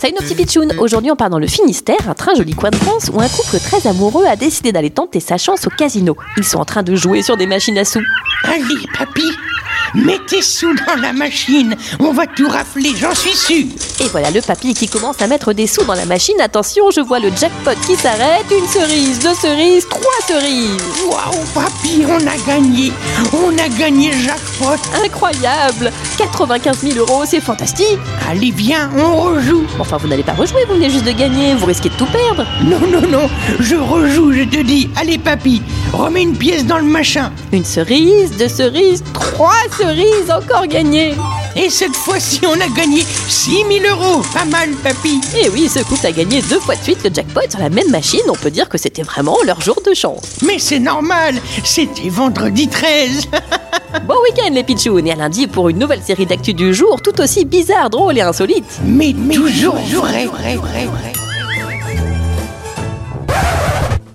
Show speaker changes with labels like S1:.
S1: Salut nos petits pitchouns Aujourd'hui on part dans le Finistère, un très joli coin de France, où un couple très amoureux a décidé d'aller tenter sa chance au casino. Ils sont en train de jouer sur des machines à sous.
S2: Allez, papy, mets tes sous dans la machine. On va tout rafler, j'en suis sûr.
S1: Et voilà le papy qui commence à mettre des sous dans la machine. Attention, je vois le jackpot qui s'arrête. Une cerise, deux cerises, trois cerises.
S2: Waouh, papy, on a gagné. On a gagné le jackpot.
S1: Incroyable 95 000 euros, c'est fantastique
S2: Allez, viens, on rejoue.
S1: Enfin, vous n'allez pas rejouer, vous venez juste de gagner, vous risquez de tout perdre.
S2: Non, non, non, je rejoue, je te dis. Allez, papy, remets une pièce dans le machin.
S1: Une cerise, deux cerises, trois cerises, encore gagné
S2: Et cette fois-ci, on a gagné 6000 euros. Pas mal, papy.
S1: Et Eh oui, ce couple a gagné deux fois de suite le jackpot sur la même machine, on peut dire que c'était vraiment leur jour de chance.
S2: Mais c'est normal, c'était vendredi 13.
S1: Bon week-end les pitchouns, et à lundi pour une nouvelle série d'actu du jour, tout aussi bizarre, drôle et insolite
S2: Mais, toujours, vrai, vrai, vrai.